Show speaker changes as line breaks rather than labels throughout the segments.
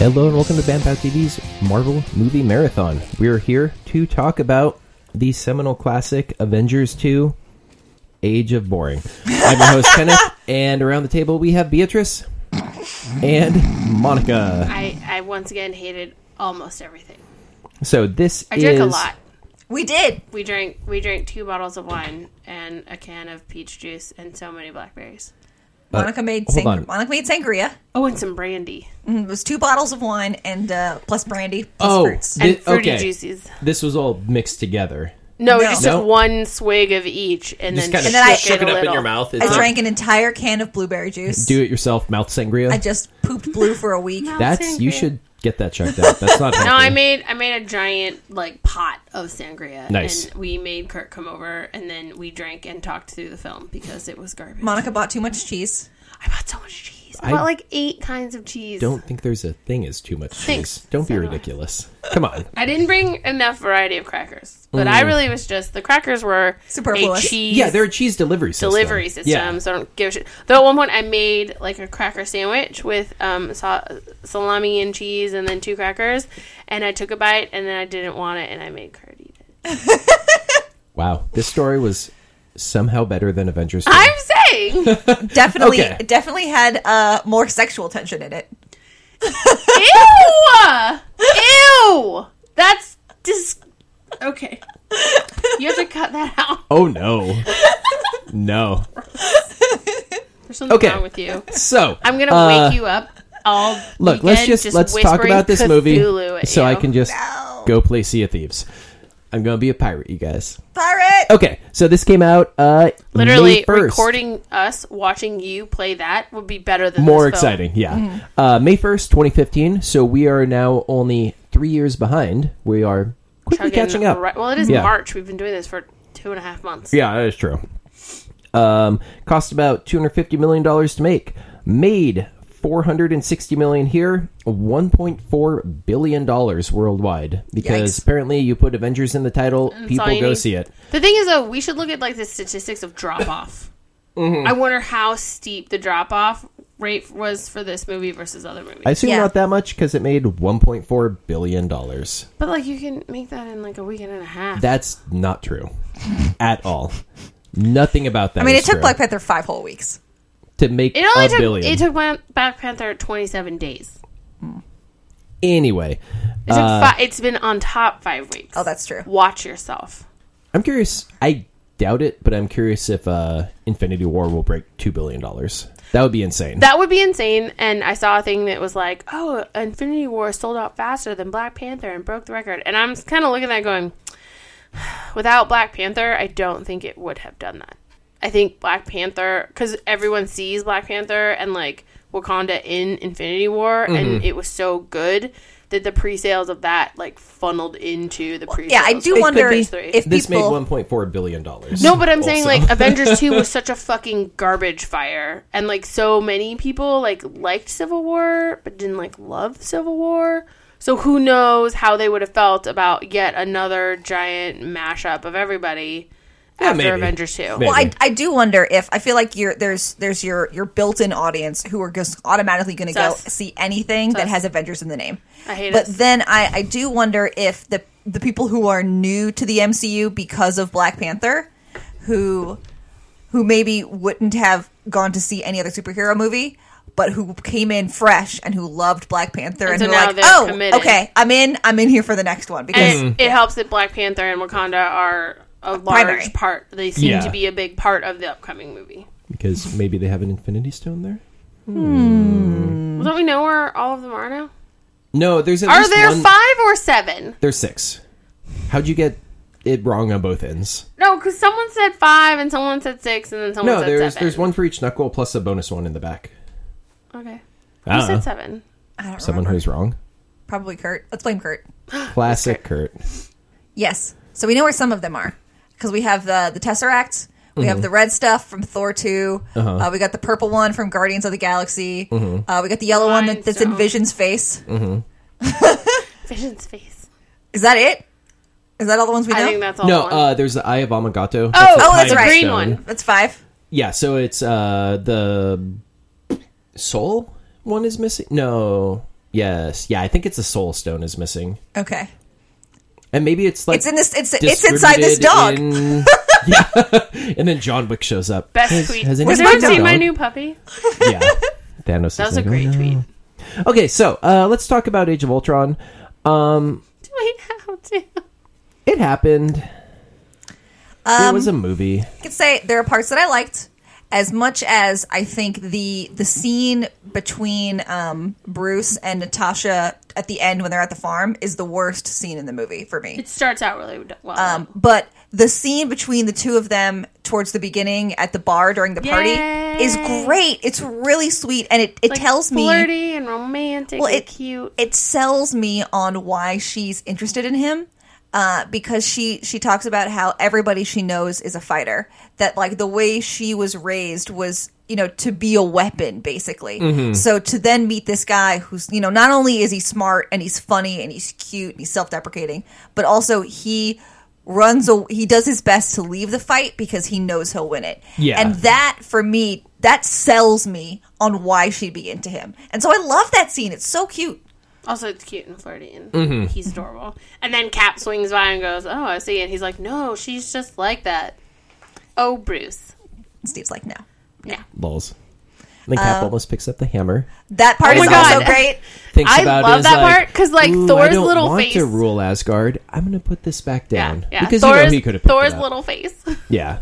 Hello and welcome to Vampire TV's Marvel Movie Marathon. We are here to talk about the seminal classic Avengers 2 Age of Boring. I'm your host, Kenneth, and around the table we have Beatrice and Monica.
I, I once again hated almost everything.
So this
I drank
is
a lot.
We did.
We drank we drank two bottles of wine and a can of peach juice and so many blackberries.
Monica made
Uh, hold
sang-
on.
Monica made sangria.
Oh, and some brandy
Mm, It was two bottles of wine and uh, plus brandy plus
Oh,
fruits.
thi-
and fruity
okay.
juices.
This was all mixed together.
No, we
No.
just
No.
took one swig of each and
just
then
kind of
And then I-
shook it up in your mouth. It's
I
not-
drank an entire can of blueberry juice.
Do it yourself, mouth sangria.
I just pooped blue for a week.
That's you should get that checked out. That's not
No, I made I made a giant like pot of sangria.
Nice.
And we made Kurt come over and then we drank and talked through the film because it was garbage.
Monica bought too much cheese.
I bought so much cheese. I,
I-
bought like eight kinds of cheese.
don't think there's a thing as too much
Thanks.
cheese. Don't be
So do I.
ridiculous. Come on.
I didn't bring enough variety of crackers, but I really was just the crackers were
Superfluous.
A cheese
Mm. Yeah, they're a cheese delivery system.
delivery system,
Yeah.
so I don't give a shit. Though at one point I made like a cracker sandwich with um, sa- salami and cheese, and then two crackers, and I took a bite, and then I didn't want it, and I made Kurt eat it.
Wow, this story was somehow better than Avengers. 2.
I'm saying
Definitely,
Okay.
it definitely had uh, more sexual tension in it.
ew, ew, that's dis. Okay, you have to cut that out.
Oh no, no.
There's something
Okay.
wrong with you.
So
I'm gonna
uh,
wake you up. All
Look, let's
weekend
just, let's talk
whispering
about this
Cthulhu
movie
at
so I
you.
can just
No.
go play Sea of Thieves. I'm gonna be a pirate, you guys.
Pirate.
Okay, so this came out uh May
literally
1st.
recording us watching you play that would be better than
More
this film.
exciting, yeah.
Mm-hmm.
Uh, May first, 2015. So we are now only three years behind. We are quickly
Chugging
catching up.
right- well, it is
Yeah.
March. We've been doing this for two and a half months.
Yeah, that is true. Um, cost about two hundred fifty million dollars to make. Made four hundred and sixty million here, one point four billion dollars worldwide. Because
Yikes. Mm,
apparently, you put Avengers in the title, people
all you
go
need.
see it.
The thing is, though, we should look at like the statistics of drop off.
Mm-hmm.
I wonder how steep the drop off rate was for this movie versus other movies.
I assume
Yeah.
not that much because it made one point four billion dollars.
but like, you can make that in like a weekend and a half.
That's not true at all. Nothing about that.
I mean,
is
it took
true.
Black Panther five whole weeks.
to make
it only
a
took
billion.
it took Black Black Panther twenty seven days.
anyway,
It took
Uh,
fi- it's been on top five weeks.
Oh, that's true.
Watch yourself.
I'm curious. I doubt it, but I'm curious if uh, Infinity War will break two billion dollars. That would be insane.
That would be insane. And I saw a thing that was like, oh, Infinity War sold out faster than Black Panther and broke the record. And I'm kind of looking at that going, without Black Panther, I don't think it would have done that. I think Black Panther, because everyone sees Black Panther and like Wakanda in Infinity War, and it was so good that the pre sales of that like funneled into the pre sales.
Yeah, I do wonder
be.
if if
this made
people.
1.4 billion dollars.
No, but I'm saying like Avengers 2 was such a fucking garbage fire and like so many people like liked Civil War but didn't like love Civil War. So who knows how they would have felt about yet another giant mashup of everybody after
maybe.
Avengers 2.
Maybe.
Well, I, I do wonder if I feel like you're, there's there's your your built-in audience who are just automatically going to go
Sus.
see anything that
Sus.
has Avengers in the name.
I hate
but
us.
then I, I do wonder if the the people who are new to the MCU because of Black Panther, who who maybe wouldn't have gone to see any other superhero movie, but who came in fresh and who loved Black Panther and,
so
who
now
are like,
they're
oh,
committed."
okay, I'm in, I'm in here for the next one
And
because
Mm-hmm.
it, it helps that Black Panther and Wakanda are a large
Primary.
part. They seem
Yeah.
to be a big part of the upcoming movie.
because maybe they have an Infinity Stone there.
Well, don't we know where all of them are now?
No, there's at
Are
least
there
one-
five or seven?
There's six. How'd you get it wrong on both ends?
No, because someone said five and someone said six and then someone
No,
said
there's
seven.
there's one for each knuckle plus a bonus one in the back.
Okay.
I don't
You
know.
said seven.
I don't
Someone
remember.
who's wrong.
probably Kurt. Let's blame Kurt.
Classic Kurt.
Yes. So we know where some of them are because we have the the Tesseract. We have the red stuff from Thor 2. uh we got the purple one from Guardians of the Galaxy. Uh, we got the yellow one that, that's in
Limestone.
Vision's face.
Vision's face.
Is that it? Is that all the ones we
I
know?
think that's all.
No,
one.
uh, there's the Eye of Amagato.
oh,
a
oh, that's
time
right.
green
stone.
one.
that's five.
Yeah, so it's uh the soul one is missing. No, Yes. Yeah, I think it's a soul stone is missing.
Okay.
And maybe it's like
It's in this. It's it's inside this dog.
distributed in- yeah. and then John Wick shows up.
Best
Has-
tweet.
has
Has
anybody
everyone seen my
dog?
new puppy?
Yeah. Thanos is
That was a
like,
great
"Oh,
tweet.
no." Okay, so uh, let's talk about Age of Ultron. Um,
Do I have to?
it happened.
Um,
it was a movie.
I could say there are parts that I liked. As much as I think the the scene between um, Bruce and Natasha at the end when they're at the farm is the worst scene in the movie for me.
It starts out really well.
Um, but the scene between the two of them towards the beginning at the bar during the party
Yay.
is great. It's really sweet, and it, it
Like,
tells me
flirty and romantic
Well,
and
it-
cute.
it sells me on why she's interested in him uh, because she she talks about how everybody she knows is a fighter that like the way she was raised was you know to be a weapon basically so to then meet this guy who's you know not only is he smart and he's funny and he's cute and he's self-deprecating but also he runs a, he does his best to leave the fight because he knows he'll win it
Yeah.
and that for me that sells me on why she'd be into him and so i love that scene it's so cute
Also, it's cute and flirty, and
Mm-hmm.
he's adorable. And then Cap swings by and goes, "Oh, I see." And he's like, "No, she's just like that." Oh, Bruce.
Steve's like, no.
No,
Lols. And then
uh,
Cap almost picks up the hammer.
That part
Oh
is
my
also
God.
great.
Thinks
I
about it,
love
is
that
like,
part, 'cause, like,
"Ooh,
Thor's
I don't
little
want to
face-
rule Asgard. I'm gonna put this back down
yeah, yeah.
because
Thor's,
you know he could have picked
Thor's
it up.
little face.
Yeah,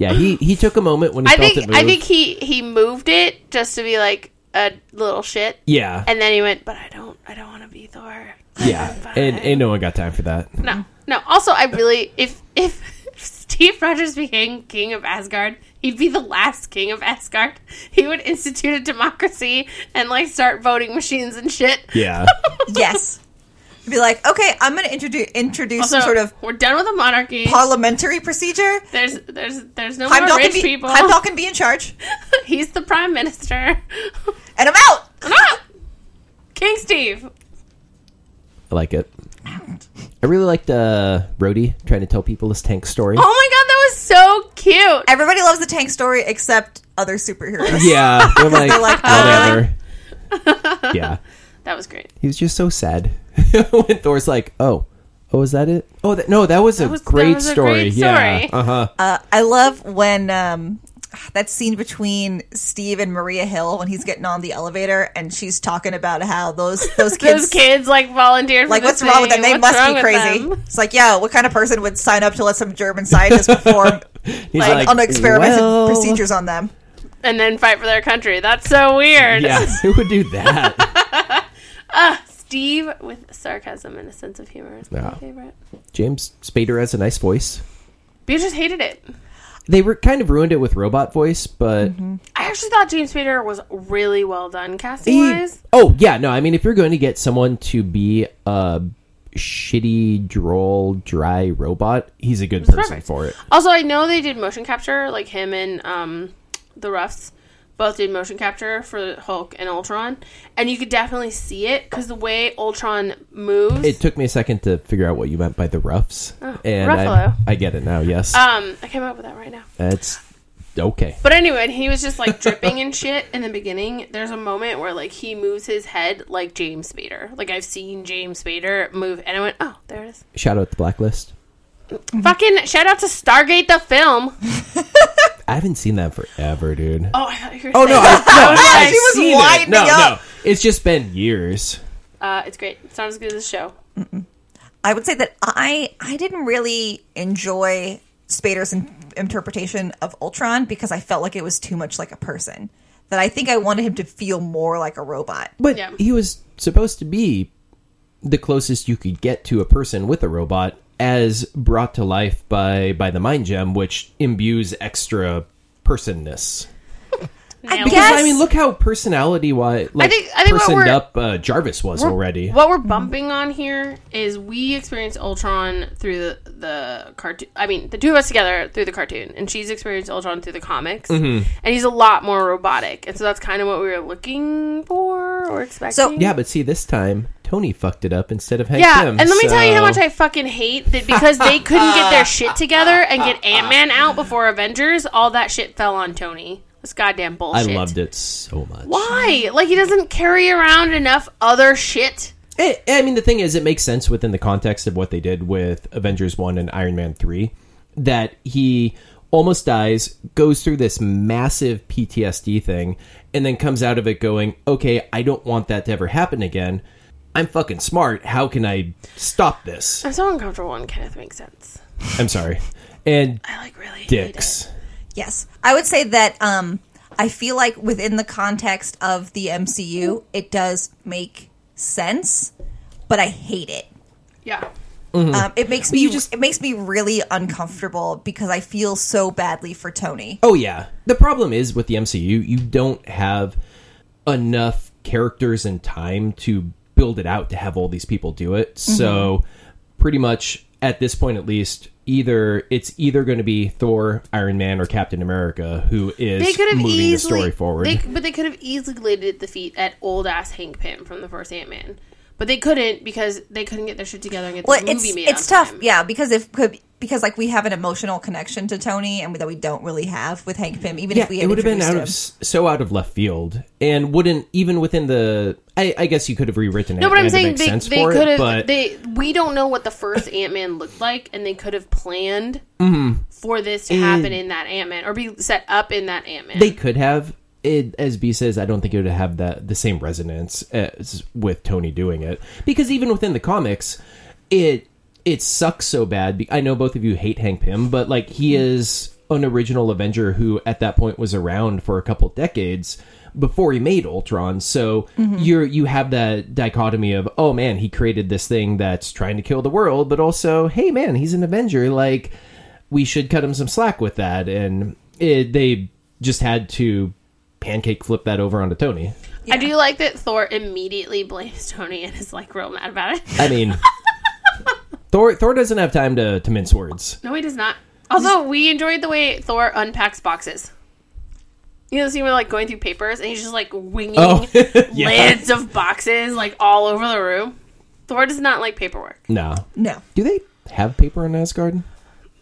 yeah. He he took a moment when he
I
felt
think
it move.
I think he he moved it just to be like a little shit,
yeah,
and then he went, "But I don't, I don't want to be Thor."
yeah. And and no one got time for that.
No, no. Also, I really if if Steve Rogers became king of Asgard, he'd be the last king of Asgard. He would institute a democracy and like start voting machines and shit.
Yeah,
Yes. Be like, okay, I'm going to introduce introduce
Also,
some sort of
we're done with the monarchy.
parliamentary procedure.
there's there's there's no more
Heimdall can,
rich
be,
people.
Heimdall can be in charge,
He's the prime minister.
and I'm out.
Ah! King Steve. Oh
I like it. I really liked uh, Rhodey trying to tell people his tank story.
Oh my god, that was so cute.
Everybody loves the tank story except other superheroes.
Yeah, they're like,
like,
whatever. yeah,
That was great.
he was just so sad when Thor's like, "Oh, oh, is that it? Oh, that, no, that was a
was- that
great
was a
story.
great
yeah,
story.
uh huh.
Uh, I love when um, that scene between Steve and Maria Hill when he's getting on the elevator and she's talking about how those those kids.
Those kids like volunteered.
like,
for this
what's wrong with them?
thing.
They
What's
must
wrong
be
with
crazy.
them?
It's like, yeah, what kind of person would sign up to let some German scientist perform
He's
like, unexperimented
"Well."
procedures on them?
And then fight for their country. That's so weird.
Yeah, who would do that?
Steve with sarcasm and a sense of humor is my
Yeah.
favorite.
James Spader has a nice voice.
Beatrice hated it.
They were kind of ruined it with robot voice, but
I actually thought James Spader was really well done casting
he-
wise.
oh yeah, no. I mean, if you're going to get someone to be a shitty, droll, dry robot, he's a good person
perfect.
for it.
Also, I know they did motion capture, like him and um, the Ruffs both did motion capture for Hulk and Ultron, and you could definitely see it because the way Ultron moves.
It took me a second to figure out what you meant by the roughs, and I,
Ruffalo.
I get it now. Yes,
um, I came up with that right now.
that's okay.
But anyway, he was just like dripping and shit in the beginning. There's a moment where like he moves his head like James Spader. Like I've seen James Spader move, and I went, "Oh, there it is."
Shout out the blacklist.
Fucking shout out to Stargate the film.
I haven't seen that forever, dude.
Oh, I thought you were.
Oh no,
saying,
I, no, I've
She was
seen it.
winding
No, no,
up.
it's just been years.
Uh, it's great. It's not as good as the show.
I would say that I I didn't really enjoy Spader's in- interpretation of Ultron because I felt like it was too much like a person. That I think I wanted him to feel more like a robot.
But
Yeah.
he was supposed to be the closest you could get to a person with a robot as brought to life by by the mind gem which imbues extra personness.
Nailed it.
guess-
I mean, look how personality wise like
think- I think what
personed
we're-
up uh, Jarvis was already.
What we're bumping on here is we experienced Ultron through the, the cartoon. I mean, the two of us together through the cartoon, and she's experienced Ultron through the comics.
Mm-hmm.
And he's a lot more robotic, and so that's kind of what we were looking for or expecting.
Yeah, but see this time Tony fucked it up instead of Hank
Yeah,
Pym,
and let me tell you how
so-
much I fucking hate that because they couldn't get their shit together and get Ant Man out before Avengers, all that shit fell on Tony. This goddamn
I
bullshit.
loved it so much.
Why? Like he doesn't carry around enough other shit.
I- Eh, I mean, the thing is, it makes sense within the context of what they did with Avengers 1 and Iron Man 3 that he almost dies, goes through this massive PTSD thing, and then comes out of it going, okay, I don't want that to ever happen again. I'm fucking smart. How can I stop this?
I'm so uncomfortable when Kenneth makes sense.
I'm sorry. And
I like really hate
dicks.
Yes. I would say that um, I feel like within the context of the MCU, it does make sense, but I hate it.
it. Yeah.
Um, it makes me
Mm-hmm. you just-
it makes me really uncomfortable because I feel so badly for Tony.
Oh yeah. The problem is with the MCU, you don't have enough characters and time to build it out to have all these people do it.
Mm-hmm.
So pretty much at this point at least either it's either going to be Thor, Iron Man or Captain America who is
They could have
moving
easily
the story forward.
They, but they could have easily laid it at the feet at old ass Hank Pym from the first Ant Man. But they couldn't because they couldn't get their shit together and get
Well,
this
it's
movie made.
it's
on
tough,
time.
yeah, because if could because like we have an emotional connection to Tony and that we don't really have with Hank Pym, even
yeah,
if we had
it would have been
introduced
out
him.
of s- so out of left field, and wouldn't even within the. I, I guess you could have rewritten it.
No, but I'm
and it
saying
makes
they,
sense
they
for
could
it,
have.
but
they we don't know what the first Ant Man looked like, and they could have planned
Mm-hmm.
for this to happen in that Ant Man or be set up in that Ant Man.
they could have it, as b says i don't think it would have that the same resonance as with tony doing it because even within the comics it it sucks so bad be- i know both of you hate hank pym but like he is an original avenger who at that point was around for a couple decades before he made ultron so you're you have that dichotomy of oh man he created this thing that's trying to kill the world but also hey man he's an avenger like we should cut him some slack with that. And it, they just had to pancake flip that over onto Tony.
I do like that Thor immediately blames Tony and is like real mad about it.
I mean, Thor Thor doesn't have time to, to mince words.
No, he does not. Although we enjoyed the way Thor unpacks boxes. You know, the scene where like going through papers and he's just like winging
Oh, yeah.
lids of boxes like all over the room. Thor does not like paperwork.
No.
No.
Do they have paper in Asgard?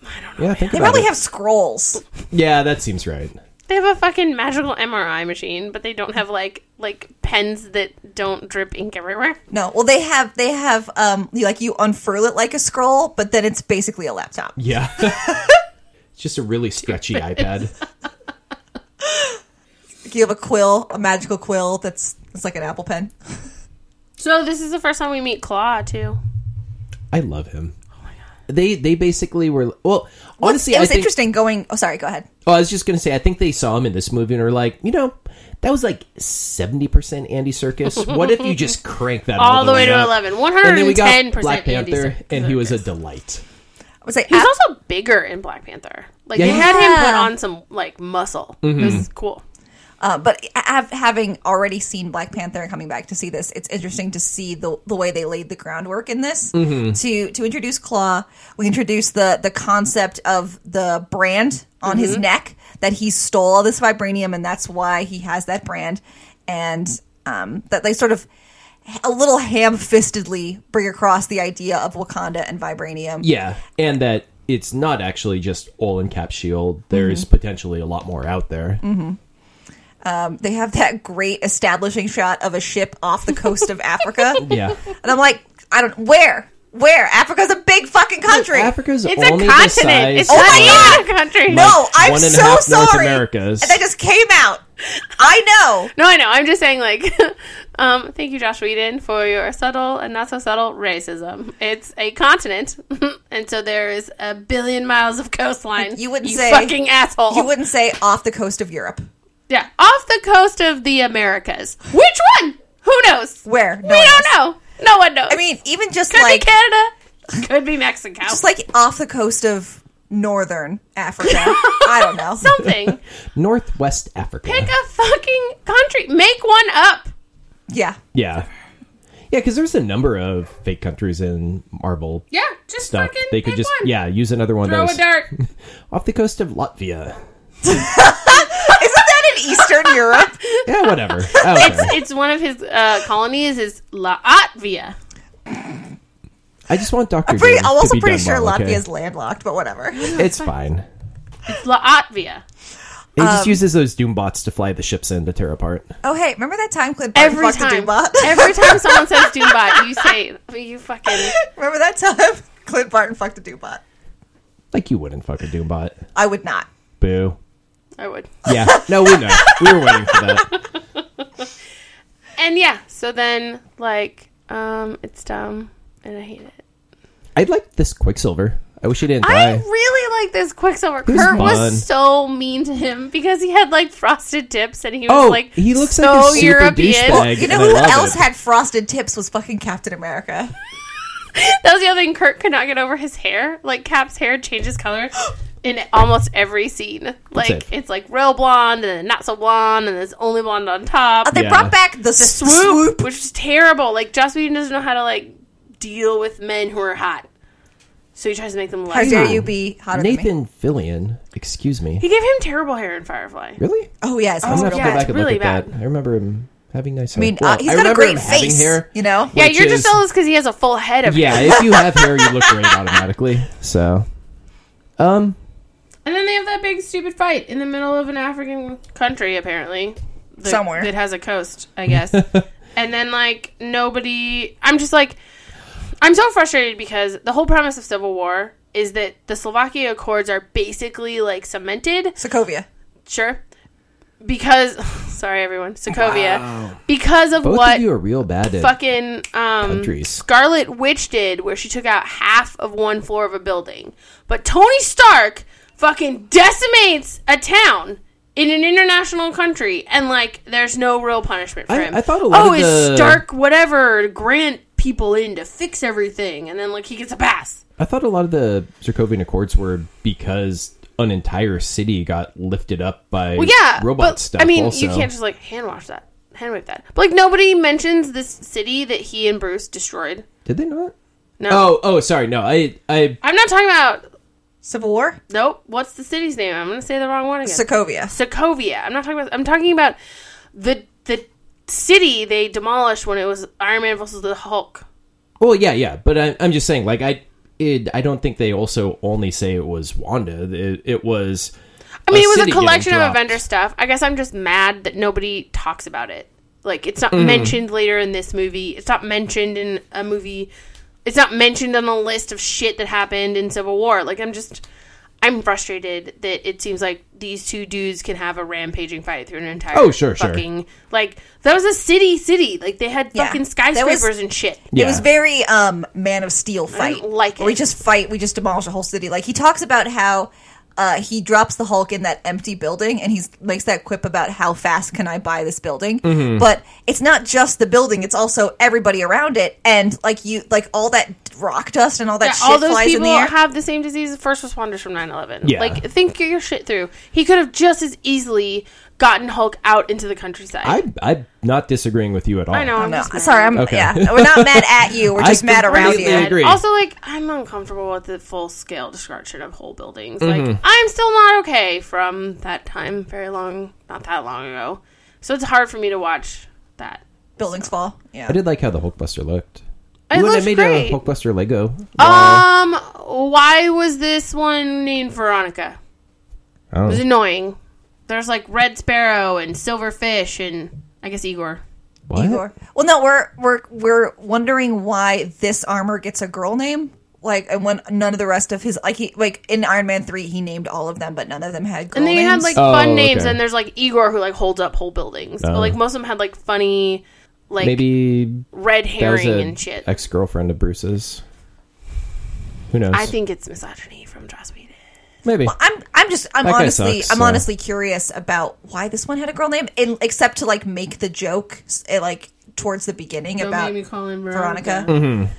I don't know. Yeah, think
They
about
probably
it.
have scrolls.
Yeah, that seems right.
They have a fucking magical MRI machine, but they don't have like like pens that don't drip ink everywhere.
No, well they have they have um you, like you unfurl it like a scroll, but then it's basically a laptop.
Yeah. it's just a really stretchy iPad.
Like you have a quill, a magical quill that's it's like an apple pen.
So this is the first time we meet Claw too.
I love him.
Oh
They they basically were well honestly
it
I
was
think,
interesting going. Oh, sorry, go ahead.
Oh, I was just gonna say, I think they saw him in this movie and were like, you know, that was like seventy percent Andy Circus. What if you just crank that all,
All the way to
up?
11.
And then we got
110%
Black
Andy
Panther,
Serkis.
and he was a delight.
I was like,
He was
app-
also bigger in Black Panther. Like
Ah. Yeah, Mm-hmm.
they
he-
had him put
Yeah.
on some like muscle. It was cool.
uh, but I- I've- having already seen Black Panther and coming back to see this, it's interesting to see the the way they laid the groundwork in this to to introduce Claw. We introduce the the concept of the brand on his neck that he stole all this vibranium, and that's why he has that brand, and um, that they sort of a little ham-fistedly bring across the idea of Wakanda and vibranium.
Yeah, and that it's not actually just all in Cap Shield. There's
Mm-hmm.
potentially a lot more out there.
They have that great establishing shot of a ship off the coast of Africa.
Yeah,
And I'm like, I don't where? Where? Africa's a big fucking country.
Africa's
It's
only
a
the
continent.
size.
It's
of-
not
my
even a country.
no, I'm
one and a
so
half North
sorry.
Americas.
And that just came out. I know.
No, I know. I'm just saying, like, um, thank you, Josh Whedon, for your subtle and not so subtle racism. It's a continent, and so there is a billion miles of coastline.
You wouldn't say-
fucking asshole.
You wouldn't say off the coast of Europe.
yeah, off the coast of the Americas. Which one? Who knows?
Where? No
we
one
don't know.
knows.
No one knows.
I mean, even just
could
like
be Canada, could be Mexico.
just like off the coast of northern Africa. I don't know.
Something.
Northwest Africa.
Pick a fucking country. Make one up.
yeah.
yeah, yeah, because there's a number of fake countries in Marvel
Yeah, just
stuff.
fucking
They could
pick
just
one.
yeah use another one.
Throw
that
a
was
dart.
off the coast of Latvia.
Isn't that in Eastern Europe?
Yeah, whatever. I don't care.
it's one of his uh, colonies is Latvia.
I just want Doctor.
Pretty,
Doom
I'm
to
also
be
pretty
done
sure
well, okay?
Latvia is landlocked, but whatever.
It's fine.
Latvia.
It
Um,
just uses those doom bots to fly the ships in to tear apart.
Oh hey, remember that time clip? Barton
Every
fucked a
time,
Doombot?
every time someone says Doombot, you say you fucking.
remember that time Clint Barton fucked a Doombot?
Like you wouldn't fuck a doom bot.
I would not.
Boo.
I would.
Yeah. No, we know. we were waiting for that.
And yeah, so then like, um, it's dumb and I hate it.
I liked this Quicksilver. I wish he didn't
I
die.
really like this Quicksilver.
was
Kurt
fun.
was so mean to him because he had like frosted tips and he was
Oh,
like
he looks
so
like a super
European.
douchebag. Egg,
You know
and I
who
love
else
it.
had frosted tips was fucking Captain America.
Oh, That was the other thing. Kurt could not get over his hair. Like Cap's hair changes color in almost every scene. Like
it.
it's like real blonde and then not so blonde and there's only blonde on top.
Uh, they
Yeah.
brought back the, s-
swoop, which is terrible. Like Joss Whedon doesn't know how to like deal with men who are hot, so he tries to make them
How
less.
dare
hot.
you be hotter than me?
Hmm. Nathan Fillion. Excuse me.
He gave him terrible hair in Firefly.
Really?
Oh yeah, it's
I'm gonna
oh,
have to
yeah,
go back
it's
and
really
look at that. I remember him having nice hair.
I mean,
Well,
uh, he's
I
got a
remember
great
him having
face.
hair.
You know,
Yeah,
which
you're
is-
just jealous because he has a full head of
Yeah, if you have hair, you look great automatically. So, um,
And then they have that big stupid fight in the middle of an African country, apparently. That,
Somewhere.
That has a coast, I guess. and then, like, nobody. I'm just like. I'm so frustrated because the whole premise of Civil War is that the Slovakia Accords are basically, like, cemented.
Sokovia.
Sure. Because. Sorry, everyone. Sokovia. Because of
both
what
of you are real bad at
fucking um,
Countries.
Scarlet Witch did, where she took out half of one floor of a building. But Tony Stark fucking decimates a town in an international country, and like, there's no real punishment for
I-
him.
I thought a lot
oh,
of
it's
the-
Stark whatever Grant people in to fix everything, and then like he gets a pass.
I thought a lot of the Zircovian Accords were because an entire city got lifted up by
Well, yeah,
robot
but,
stuff.
I mean,
also.
you can't just like hand wash that, hand wave that. But like, nobody mentions this city that he and Bruce destroyed.
Did they not?
No,
Oh, oh, sorry. No, I, I.
I'm not talking about.
Civil War?
Nope. What's the city's name? I'm gonna say the wrong one again.
Sokovia.
Sokovia. I'm not talking about. I'm talking about the the city they demolished when it was Iron Man versus the Hulk.
Well, yeah, yeah, but I, I'm just saying, like, I, it, I don't think they also only say it was Wanda. It, it was.
I mean,
A
it was
city
a
getting
collection of
dropped.
Avenger stuff. I guess I'm just mad that nobody talks about it. Like, it's not
Mm-hmm.
mentioned later in this movie. It's not mentioned in a movie. It's not mentioned on the list of shit that happened in Civil War. Like, I'm just. I'm frustrated that it seems like these two dudes can have a rampaging fight through an entire
Oh, sure, sure.
fucking like that was a city city like they had
Yeah.
fucking
That was-
skyscrapers and shit.
Yeah.
It was very um Man of Steel fight.
didn't like
Where we
it.
just fight, we just demolish a whole city. Like he talks about how uh, he drops the Hulk in that empty building, and he makes that quip about how fast can I buy this building.
Mm-hmm.
But it's not just the building; it's also everybody around it, and like you, like all that rock dust and all that
Yeah,
shit
all those
flies in
people
the air.
have the same disease as first responders from 9-11
Yeah.
like think your shit through he could have just as easily gotten hulk out into the countryside i,
I, I'm not disagreeing with you at all.
know I'm
no,
just mad.
sorry, I'm
Okay.
yeah, we're not mad at you; we're
I
just mad around
completely
you.
agree.
also like i'm uncomfortable with the full scale destruction of whole buildings
Mm-hmm.
like i'm still not okay from that time very long not that long ago so it's hard for me to watch that
Buildings fall. Yeah,
I did like how the Hulkbuster looked.
it
When
looks
I made
great.
a Hulkbuster Lego.
um why was this one named veronica
Oh.
It was annoying. There's like Red Sparrow and Silverfish and I guess Igor.
what?
Igor. Well, no, we're we're we're wondering why this armor gets a girl name, like, and when none of the rest of his like, he, like in Iron Man three, he named all of them, but none of them had girl
And they
names.
had like
Oh,
fun names,
okay. Oh.
and there's like Igor who like holds up whole buildings. But like most of them had like funny, like
Maybe
red
that was
herring
an
and shit.
ex girlfriend of Bruce's. Who knows?
I think it's misogyny from Joss Whedon.
maybe.
I'm I'm just I'm
That guy
honestly
sucks,
I'm
so.
honestly curious about why this one had a girl name, and, except to like make the joke s- eh, like towards the beginning about
calling
Veronica.
Mm-hmm.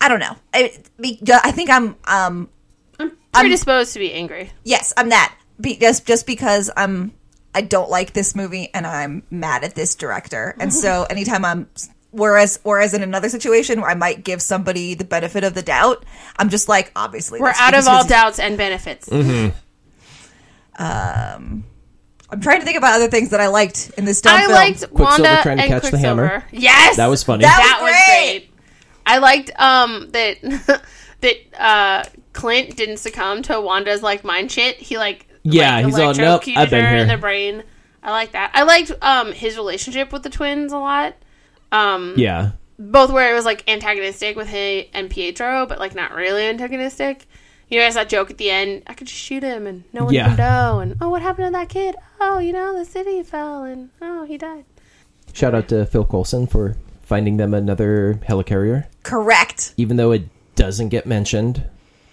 I don't know. I, be- I think I'm um
Predisposed to be angry.
Yes, I'm that. Be- just just because I'm I don't like this movie and I'm mad at this director. And so anytime I'm whereas whereas in another situation where I might give somebody the benefit of the doubt, I'm just like obviously
We're
this-
out of
this
all
is-
doubts and benefits.
Mm-hmm.
I'm trying to think about other things that I liked in this dumb
I
film.
liked Wanda
trying to
and
catch the hammer.
Quicksilver. Yes,
that was funny.
That-
that
was
was
great.
great. I liked um that that uh Clint didn't succumb to Wanda's like mind shit. He like
Yeah,
like,
he's all, "Nope,
electrocuted
I've been
her
here."
in the brain. I like that. I liked um his relationship with the twins a lot. Um,
Yeah.
both where it was like antagonistic with him and Pietro, but like not really antagonistic. You know, there's that joke at the end. I could just shoot him, and no one
Yeah.
would know. And oh, what happened to that kid? Oh, you know, the city fell, and oh, he died.
Shout out to Phil Coulson for finding them another helicarrier,
Correct.
even though it doesn't get mentioned.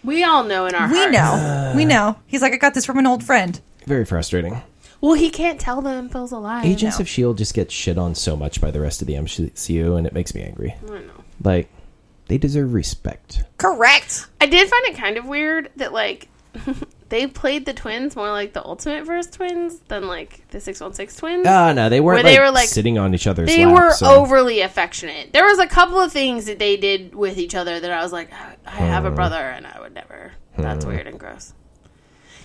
We all know in our
We
hearts.
know. We know. He's like, I got this from an old friend.
Very frustrating.
Well, he can't tell them Phil's alive.
Agents of Shield E just get shit on so much by the rest of the MCU, and it makes me angry.
I don't know.
Like, they deserve respect.
Correct.
I did find it kind of weird that like they played the twins more like the Ultimate Verse twins than like the Six One Six twins.
Ah, no, they weren't.
Where they
like,
were, like-
sitting on each other's.
they
lap,
were
so-
overly affectionate. There was a couple of things that they did with each other that I was like, "Ah, I I have a brother and I would never. That's weird and gross.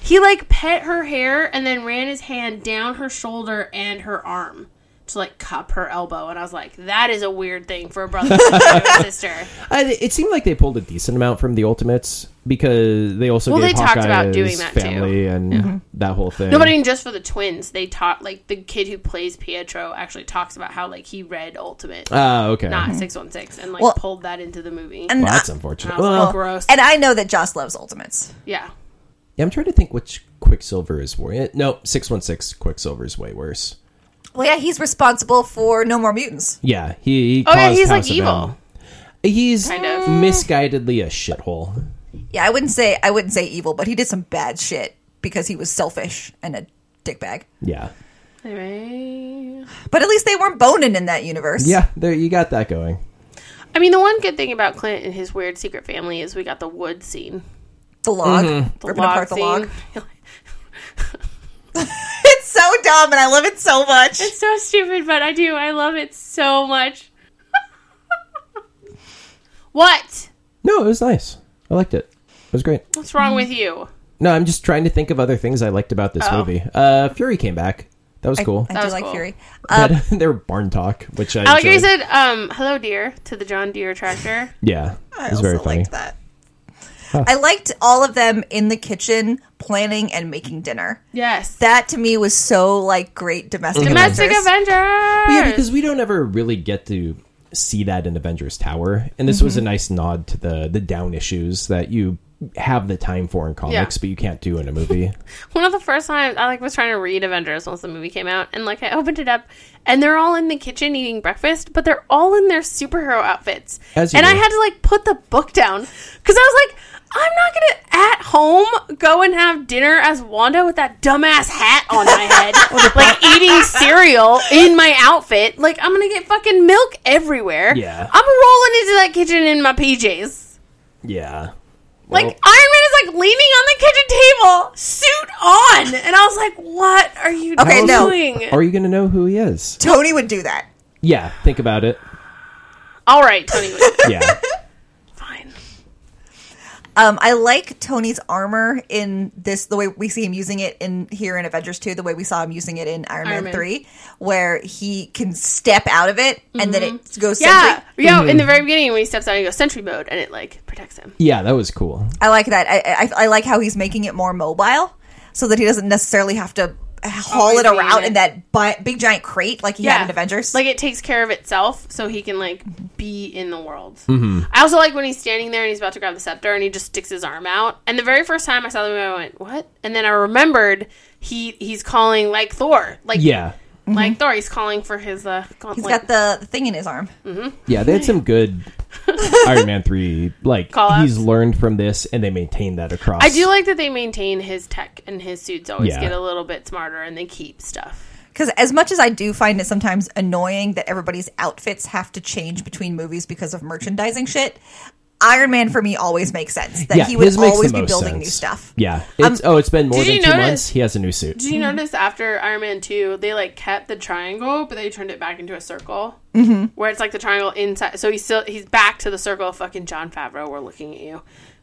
He like pet her hair and then ran his hand down her shoulder and her arm to like cup her elbow, and I was like, that is a weird thing for a brother to do to a sister.
I, it seemed like they pulled a decent amount from the Ultimates because they also
Well,
gave
they talked about
Hawkeye's
doing that, too.
family and that whole thing.
No, but I mean, just for the twins, they taught like the kid who plays Pietro actually talks about how like he read Ultimate,
Ah, okay.
not Six One Six, and like
Mm-hmm. Well-
pulled that into the movie.
And
well, that's
I-
unfortunate.
I was
Well,
like, gross.
And I know that Joss loves Ultimates.
yeah.
yeah, I'm trying to think which Quicksilver is worse. No, six one six Quicksilver is way worse.
Well, yeah, he's responsible for No More Mutants.
Yeah, he. he
Oh, yeah,
caused
he's, like,
House of
evil.
M. He's
Kind of.
misguidedly a shithole.
Yeah, I wouldn't say I wouldn't say evil, but he did some bad shit because he was selfish and a dickbag.
Yeah,
Anyway.
But at least they weren't boning in that universe.
yeah. There, you got that going.
I mean, the one good thing about Clint and his weird secret family is we got the wood scene,
The log,
Mm-hmm. the
ripping
log
apart the
scene.
log. It's so dumb, and I love it so much.
it's so stupid, but I do. I love it so much. what?
No, it was nice. I liked it. It was great.
What's wrong with you?
No, I'm just trying to think of other things I liked about this
Oh.
movie. Uh, Fury came back. That was cool.
I
That
do
was
like
cool.
Fury.
Uh,
Um,
That- they were barn talk, which I
I like how you
enjoyed.
said, um, "Hello, dear," to the John Deere tractor.
Yeah,
I
it was very funny.
liked that. I liked all of them in the kitchen planning and making dinner.
Yes,
That to me was so like great domestic
Mm-hmm. domestic
Avengers.
Avengers.
Yeah, because we don't ever really get to see that in Avengers Tower, and this
Mm-hmm.
was a nice nod to the the down issues that you have the time for in comics, but you can't do in a movie.
one of the first times I like was trying to read Avengers once the movie came out, and like I opened it up, and they're all in the kitchen eating breakfast, but they're all in their superhero outfits,
As you
and I
do.
had to like put the book down because I was like, I'm not gonna at home go and have dinner as Wanda with that dumbass hat on my head, like eating cereal in my outfit. Like I'm gonna get fucking milk everywhere.
Yeah.
I'm rolling into that kitchen in my PJs.
yeah,
Like Iron Man is like leaning on the kitchen table, suit on, and I was like, "What are you
Okay, no.
doing?"
are you going to know who he is?
Tony would do that.
Yeah, think about it.
All right, Tony,
Yeah,
fine.
Um, I like Tony's armor in this the way we see him using it in here in Avengers 2, the way we saw him using it in Iron,
Iron
Man
Man.
3, where he can step out of it and then it goes
Mm-hmm. Yeah,
sentry.
yeah. In
Mm-hmm.
the very beginning, when he steps out, he goes sentry mode, and it like protects him.
yeah, that was cool.
I like that. I, I I like how he's making it more mobile so that he doesn't necessarily have to haul
Always
it
be in
around
it.
in that bi- big giant crate like he
Yeah,
had in Avengers. Mm-hmm.
Like it takes care of itself, so he can like be in the world. Mm-hmm. I also like when he's standing there and he's about to grab the scepter, and he just sticks his arm out. And the very first time I saw the movie, I went, "What?" And then I remembered he he's calling like Thor, like
Yeah,
like Thor. He's calling for his uh.
he's
Gauntlet.
got the, the thing in his arm.
yeah, they had some good Iron Man three. Like
Call-outs.
he's learned from this, and they maintained that across.
I do like that they maintain his tech and his suits always
Yeah.
get a little bit smarter and they keep stuff.
Because as much as I do find it sometimes annoying that everybody's outfits have to change between movies because of merchandising shit, Iron Man for me always makes sense. That
Yeah,
he would
his makes the
always be
most
building
sense.
new stuff. Um,
Yeah, it's, oh, it's been more
did
than
you
two
notice-
months. He has a new suit.
Did you notice after Iron Man 2, they like kept the triangle, but they turned it back into a circle? Where it's like the triangle inside. So he's still, he's back to the circle. Fucking John Favreau, we're looking at you.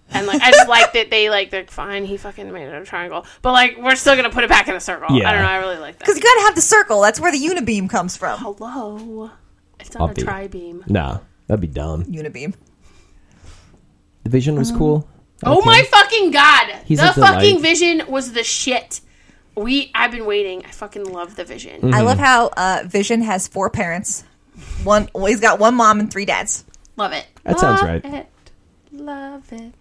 And like, I just like that they like, they're fine, he fucking made it a triangle. But like, we're still going to put it back in a circle.
Yeah.
I don't know. I really like that.
Because you gotta have the circle. That's where the unibeam comes from.
Hello. It's not
I'll
a
be-
tri beam.
Nah, that'd be dumb.
Unibeam.
The Vision was cool.
Oh my fucking god!
He's
the
a delight.
fucking vision was the shit. we I've been waiting. I fucking love the Vision.
Mm.
I
Mm-hmm.
love how uh, Vision has four parents. One, well, he's got one mom and three dads.
Love it.
That sounds
Love
right.
It. Love it.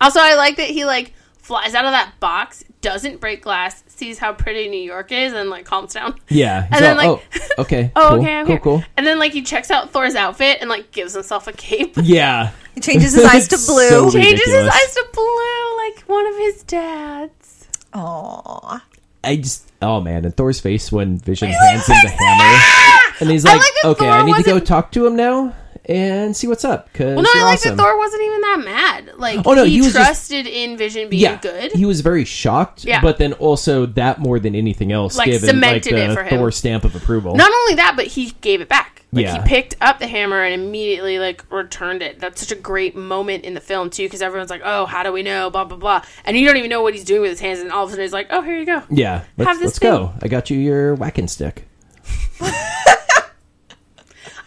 Also, I like that he like flies out of that box, doesn't break glass, sees how pretty New York is, and like calms down.
Yeah.
And then, like-
oh, okay.
Oh,
cool,
okay, I'm
cool,
here.
cool.
And then like he checks out Thor's outfit and like gives himself a cape.
Yeah.
He changes his eyes to
It's
blue.
so
Changes his
Ridiculous.
eyes to blue, like one of his dads.
Aww.
I just oh man, and Thor's face when Vision hands him the hammer, and he's
I
like,
like that
"Okay,
Thor
I need to go
wasn't-
talk to him now and see what's up." Cause
Well, no,
you're
I like
awesome.
that Thor wasn't even that mad. Like,
Oh, no,
he,
he was just-
trusted in Vision being
yeah,
good.
He was very shocked,
Yeah.
but then also that more than anything else,
Like,
given
cemented
like
it
the
for him.
Thor stamp of approval.
Not only that, but he gave it back. Like
Yeah.
he picked up the hammer and immediately like returned it. That's such a great moment in the film too, because everyone's like, "Oh, how do we know?" Blah blah blah, and you don't even know what he's doing with his hands, and all of a sudden he's like, "Oh, here you go."
yeah, let's,
Have this
let's go. I got you your whacking stick.
I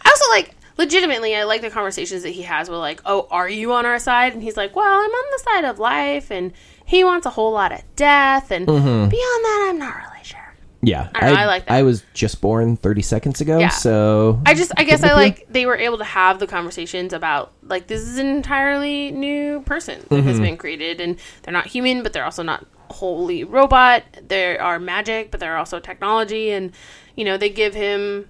also like legitimately, I like the conversations that he has with like, "Oh, are you on our side?" And he's like, "Well, I'm on the side of life," and he wants a whole lot of death, and
Mm-hmm.
beyond that, I'm not really sure.
Yeah,
I know, I like that.
I was just born 30 seconds ago,
Yeah.
so
I just, I guess
Good
I
with you.
like they were able to have the conversations about like this is an entirely new person that has
Mm-hmm.
been created, and they're not human, but they're also not wholly robot. They are magic, but they're also technology, and you know they give him.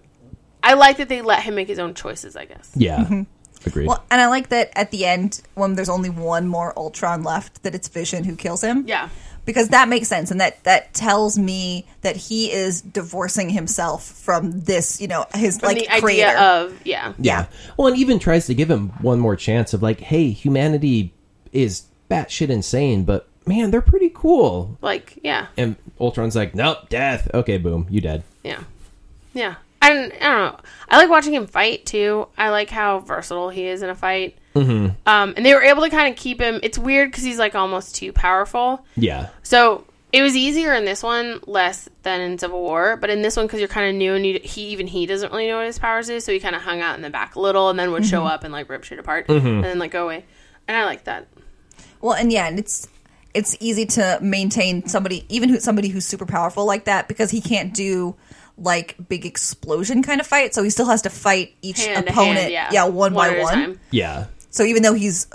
I like that they let him make his own choices. I guess.
yeah, agreed.
Well, and I like that at the end when there's only one more Ultron left, that it's Vision who kills him.
Yeah.
because that makes sense, and that that tells me that he is divorcing himself from this, you know, his
From
like
the idea
creator.
of yeah,
Yeah. Well, and even tries to give him one more chance of like, hey, humanity is batshit insane, but man, they're pretty cool.
like yeah,
And Ultron's like, nope, death. Okay, boom, you dead.
yeah, yeah. I don't, I don't know. I like watching him fight too. I like how versatile he is in a fight. Mm-hmm. Um, and they were able to kind of keep him. It's weird because he's like almost too powerful.
Yeah.
So it was easier in this one, less than in Civil War. But in this one, because you're kind of new and you, he even he doesn't really know what his powers is, so he kind of hung out in the back a little, and then would show up and like rip shit apart, and then like go away. And I like that.
Well, and yeah, and it's it's easy to maintain somebody, even who, somebody who's super powerful like that, because he can't do like big explosion kind of fight. So he still has to fight each
Hand to
opponent,
hand,
yeah.
yeah,
one,
at
by
a
one.
time.
Yeah.
So even though he's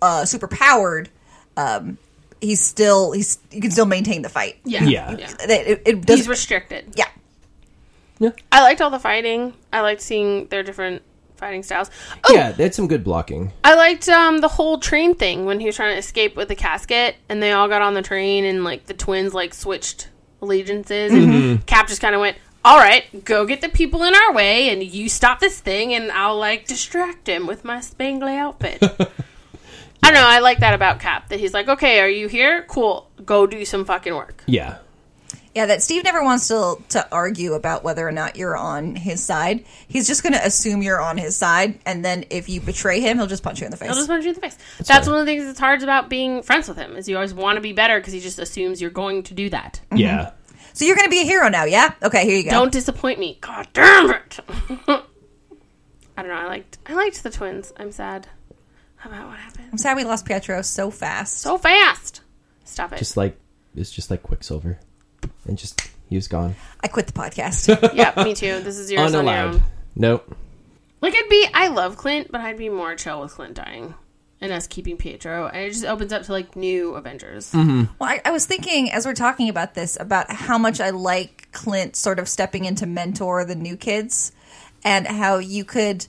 uh, super powered, um, he's still he's you can still maintain the fight.
Yeah,
Yeah.
yeah.
That- it, it does.
He's restricted.
yeah,
I liked all the fighting. I liked seeing their different fighting styles. Oh,
Yeah, that's some good blocking.
I liked um, the whole train thing when he was trying to escape with the casket, and they all got on the train, and like the twins like switched allegiances, and Cap just kind of went, "All right, go get the people in our way, and you stop this thing, and I'll like distract him with my spangly outfit." I don't know. I like that about Cap that he's like, "Okay, are you here? Cool, go do some fucking work."
Yeah.
yeah. That Steve never wants to to argue about whether or not you're on his side. He's just going to assume you're on his side, and then if you betray him, he'll just punch you in the face.
I'll just punch you in the face. That's,
right.
one of the things that's hard about being friends with him is you always want to be better because he just assumes you're going to do that.
Yeah.
so you're going to be a hero now. Yeah. Okay. Here you go.
Don't disappoint me. God damn it! I don't know. I liked I liked the twins. I'm sad about what happened
I'm sad we lost Pietro so fast.
so fast. Stop it.
Just like it's just like Quicksilver. And just he was gone.
I quit the podcast.
yeah, me too. This is yours on your
Unallowed.
own.
Nope.
Like I'd be. I love Clint, but I'd be more chill with Clint dying and us keeping Pietro. And it just opens up to like new Avengers.
Mm-hmm.
well, I, I was thinking as we're talking about this about how much I like Clint sort of stepping into mentor the new kids, and how you could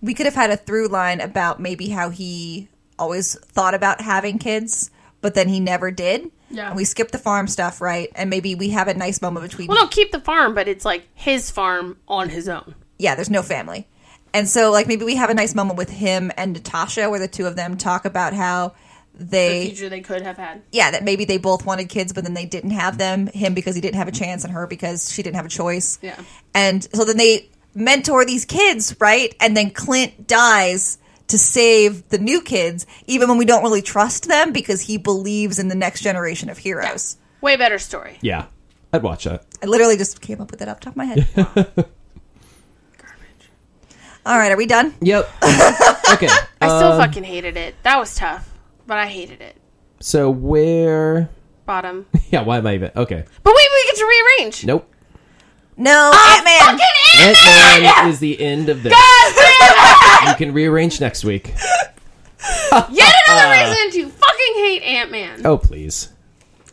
we could have had a through line about maybe how he always thought about having kids, but then he never did.
Yeah.
And we skip the farm stuff, right? And maybe we have a nice moment between.
Well, no, keep the farm, but it's like his farm on his own.
yeah, there's no family. And so, like, maybe we have a nice moment with him and Natasha where the two of them talk about how
The
they
future they could have had.
yeah, that maybe they both wanted kids, but then they didn't have them. Him because he didn't have a chance, and her because she didn't have a choice.
Yeah.
And so then they mentor these kids, right? And then Clint dies to save the new kids, even when we don't really trust them because he believes in the next generation of heroes.
Way better story.
Yeah. I'd watch that.
I literally just came up with that off the top of my head.
Garbage.
All right, are we done?
Yep. okay.
I
Uh,
still fucking hated it. That was tough, but I hated it.
so where
bottom.
yeah, why am I even? Okay.
But wait, we get to rearrange.
Nope.
No,
Ah,
Ant Man.
Fucking
Ant
Ant-Man!
Man is the end of this.
God damn it!
You can rearrange next week.
Yet another reason to fucking hate Ant Man.
Uh. Oh, please.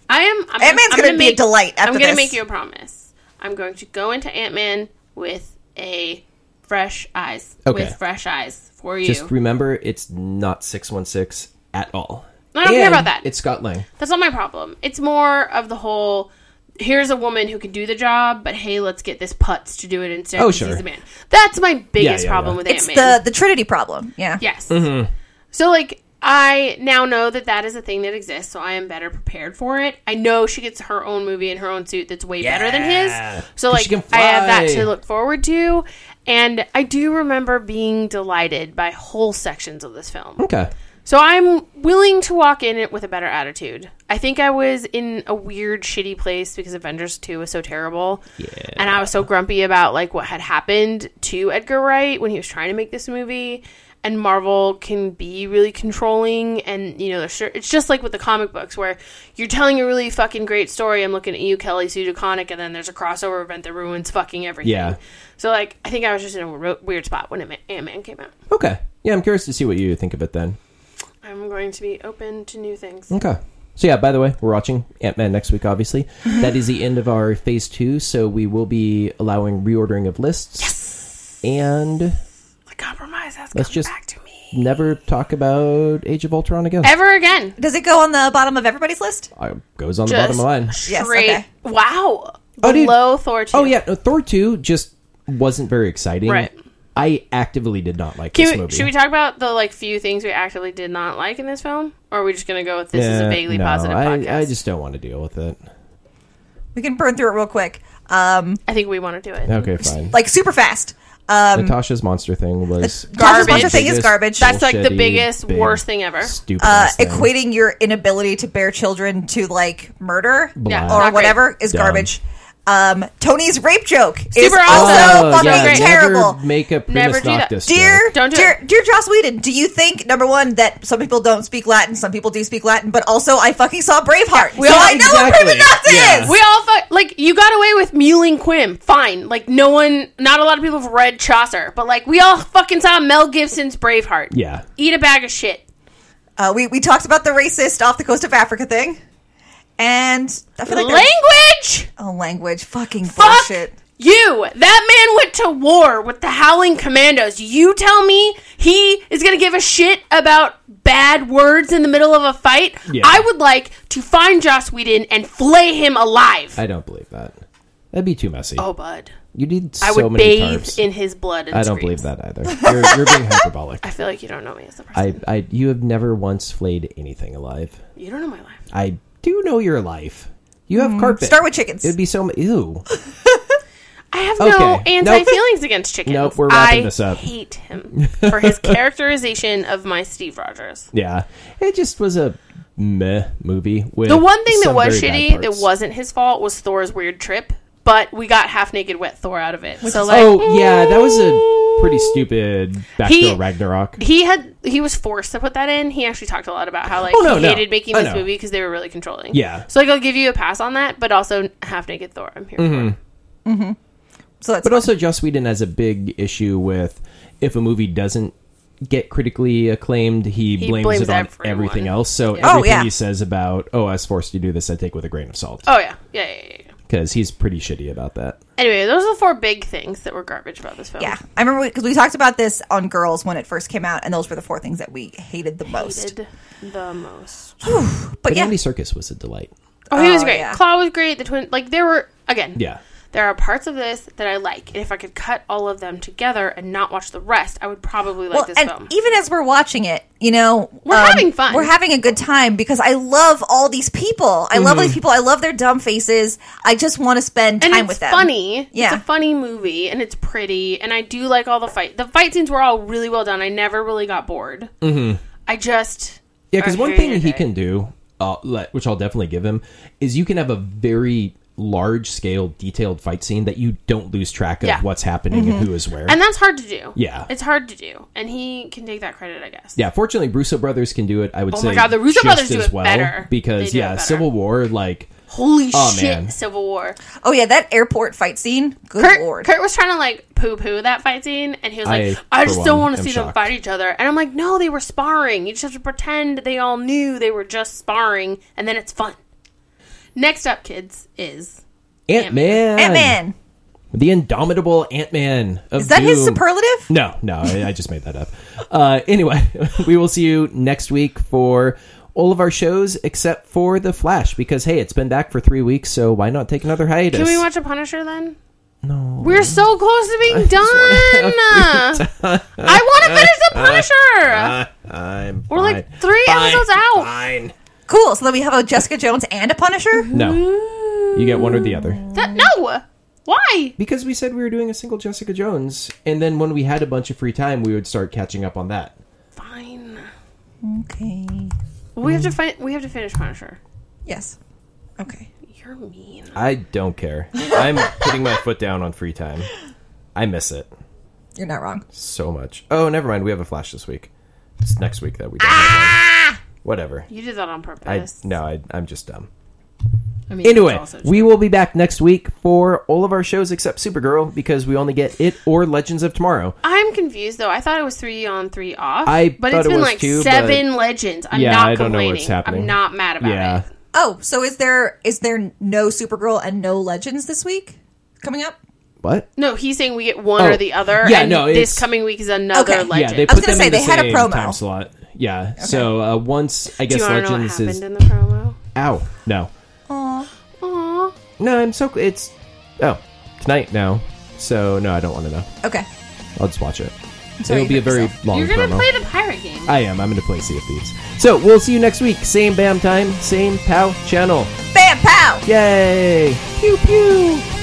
I am. I'm,
Ant-Man's
I'm
gonna be a
make-
delight after
I'm gonna
this.
make you a promise. I'm going to go into Ant Man with a fresh eyes.
Okay.
With fresh eyes for you.
Just remember, it's not 616 at all.
I don't care
And
about that.
It's Scott Lang.
That's not my problem. It's more of the whole. Here's a woman who can do the job, but hey, let's get this putz to do it instead.
Oh,
'cause
sure.
He's a man. That's my biggest
yeah,
problem
yeah. Mm-hmm.
with
It's
Ant Man.
the the Trinity problem. Yeah.
Yes. So like I now know that that is a thing that exists, so I am better prepared for it. I know she gets her own movie in her own suit that's way better than
Yeah.
his. So
'Cause
like
she can
I have that
fly.
to look forward to, and I do remember being delighted by whole sections of this film.
Okay.
So I'm willing to walk in it with a better attitude. I think I was in a weird, shitty place because Avengers 2 was so terrible. Yeah. And I was so grumpy about like what had happened to Edgar Wright when he was trying to make this movie. And Marvel can be really controlling, and you know, there's cer- it's just like with the comic books where you're telling a really fucking great story. I'm looking at you, Kelly Sue DeConnick, and then there's a crossover event that ruins fucking everything.
Yeah.
So like, I think I was just in a ro- weird spot when Ant Man came out.
Okay. Yeah, I'm curious to see what you think of it then.
I'm going to be open to new things.
Okay. So yeah, by the way, we're watching Ant Man next week. Obviously,
Mm-hmm.
that is the end of our phase two. So we will be allowing reordering of lists. And
The compromise has
Let's
come
just-
back to me.
never talk about Age of Ultron again.
Ever again.
Does it go on the bottom of everybody's list?
Uh, goes on the
Just
bottom line.
Yes,
Great.
okay.
Wow.
Oh, dude.
Below Thor 2.
Oh yeah, no, Thor two just wasn't very exciting.
Right.
I actively did not like this
Can we,
movie.
should we talk about the like few things we actively did not like in this film? Or are we just gonna go with this is a
Uh,
vaguely
no,
positive
I,
podcast?
I just don't want to deal with it.
We can burn through it real quick. Um,
I think we want to do it.
Okay, fine.
like super fast. Um,
Natasha's monster thing was
Garbage.
Monster
thing is
biggest
garbage. That's,
like, the
bullshitty,
biggest, worst thing ever.
Stupid.
uh,
ass thing.
equating your inability to bear children to like murder
Blah.
Yeah, not
or
great.
whatever is
Dumb.
garbage. Um, Tony's rape joke is
Super
also
awesome.
Oh,
fucking
yeah,
great.
terrible.
Never make a primus
Never do that.
noctis
Dear,
joke.
Don't do
dear,
it.
dear Joss Whedon, do you think number one that some people don't speak Latin, some people do speak Latin, but also I fucking saw Braveheart,
we
so
all-
I know what
Exactly.
prima nocta
Yeah.
is.
We all fuck like you got away with mewling Quim, fine. Like no one, not a lot of people have read Chaucer, but like we all fucking saw Mel Gibson's Braveheart.
Yeah.
eat a bag of shit.
Uh, we we talked about the racist off the coast of Africa thing, and I feel like there-
Language.
oh, language, fucking
Fuck
bullshit.
you! That man went to war with the Howling Commandos. You tell me he is going to give a shit about bad words in the middle of a fight?
Yeah.
I would like to find Joss Whedon and flay him alive.
I don't believe that. That'd be too messy.
oh, bud.
you need so
I would
many
bathe
carbs.
in his blood. And
I don't
screams.
believe that either. You're, you're being hyperbolic.
I feel like you don't know me as a person.
I, I, you have never once flayed anything alive.
you don't know my life.
I do know your life. You have carpet.
Hmm. Start with chickens.
It'd be so. m- Ew.
I have no
Okay.
anti
Nope.
feelings against chickens.
Nope, we're wrapping
I
this up.
hate him for his characterization of my Steve Rogers.
Yeah. It just was a meh movie. With
The one thing that
some
was
very
shitty
bad
that
parts.
wasn't his fault was Thor's weird trip, but we got half naked wet Thor out of it. so like
Oh yeah, that was a pretty stupid Batgirl
He-
Ragnarok.
he had he was forced to put that in. He actually talked a lot about how like
Oh, no,
he
no.
hated making
I
this
know.
movie because they were really controlling.
Yeah.
So like I'll give you a pass on that, but also half naked Thor. I'm here
Mm-hmm.
for. it.
so that's
But also, Joss Whedon has a big issue with if a movie doesn't get critically acclaimed, he, blames,
blames
it on
everyone.
everything else. So
Yeah.
Oh,
everything
yeah.
he says about "Oh, I was forced to do this," I take with a grain of salt
Oh yeah. yeah, yeah, yeah, yeah.
because he's pretty shitty about that.
Anyway, those are the four big things that were garbage about this film.
Yeah, I remember because we, talked about this on Girls when it first came out, and those were the four things that we hated the most.
Hated the most.
But
But
yeah,
Andy Circus was a delight.
Oh, he was
Oh,
great.
yeah.
Claw was great. The twin, like there were again.
Yeah.
There are parts of this that I like, and if I could cut all of them together and not watch the rest, I would probably like
well,
this
and
film.
even as we're watching it, you know, um,
We're having fun.
We're having a good time because I love all these people. I
Mm-hmm.
love all these people. I love their dumb faces. I just want to spend
and
time
it's
with them.
funny.
Yeah.
It's a funny movie, and it's pretty, and I do like all the fight. The fight scenes were all really well done. I never really got bored. Mm-hmm. I just
Yeah, because
I
one
hated
thing he
it.
can do, uh, le- which I'll definitely give him, is you can have a very large scale, detailed fight scene that you don't lose track of
Yeah.
what's happening
Mm-hmm.
and who is where.
And that's hard to do.
Yeah.
It's hard to do. And he can take that credit, I guess.
yeah, fortunately, Russo brothers can do it. I would
Oh
say
my God, the Russo
just
brothers do
as
it
well
better. They
because
do it
yeah,
better.
Civil War like
Holy
Oh,
shit,
man.
Civil War.
Oh yeah, that airport fight scene. Good
Kurt,
lord.
Kurt was trying to like poo poo that fight scene, and he was like,
I,
"I,
for
just don't
one,
want
am
to see them
shocked.
fight each other." And I'm like, "No, they were sparring. You just have to pretend they all knew they were just sparring, and then it's fun." Next up, kids, is
Ant Man,
Ant Man.
the indomitable Ant Man.
Is that his superlative?
No, no, I, I just made that up. Uh, anyway, we will see you next week for all of our shows except for The Flash because, hey, it's been back for three weeks, so why not take another hiatus?
can we watch a Punisher then?
No.
We're so close to being done. I want to finish the Punisher.
I'm
We're like
Uh, fine.
three
Fine,
episodes out.
Fine.
Cool. So then we have a Jessica Jones and a
Mm-hmm.
Punisher.
No, you get one or the other.
That- no, why?
Because we said we were doing a single Jessica Jones, and then when we had a bunch of free time, we would start catching up on that.
Fine.
Okay.
Mm.
We have to find. We have to finish Punisher.
Yes. Okay.
You're mean.
I don't care. I'm putting my foot down on free time. I miss it.
You're not wrong.
so much. Oh, never mind. We have a flash this week. It's next week that we. Don't
Ah!
have one. Whatever.
You did that on
I
purpose.
no. I, I'm just dumb.
I mean,
Anyway,
that's also
we will be back next week for all of our shows except Supergirl because we only get it or Legends of Tomorrow.
I'm confused though. I thought it was three on, three off.
I
but
thought
it's
it
been
was
like
too,
seven legends. I'm
Yeah,
not
I don't know
complaining.
what's happening.
I'm not mad about
Yeah.
it.
Oh, so is there is there no Supergirl and no Legends this week coming up?
What?
No, he's saying we get one
Oh.
or the other.
Yeah,
and
no, it's-
this coming week is another
Okay. Yeah,
Yeah,
legend.
they
I was
put
gonna
them
say,
in the
they had a
same
promo.
time slot. Yeah. So uh, once I
Do
guess
you want to know what
Legends
happened
is
in the promo?
ow. No.
Aw.
No, I'm so it's oh tonight now. So no, I don't want to know.
Okay.
I'll just watch it.
sorry,
It'll be
you
a
hurt
very
yourself.
long.
You're gonna
promo.
play the pirate game.
I am. I'm going to play Sea of Thieves. So we'll see you next week. Same BAM time, same POW channel.
Bam pow.
Yay! Pew pew!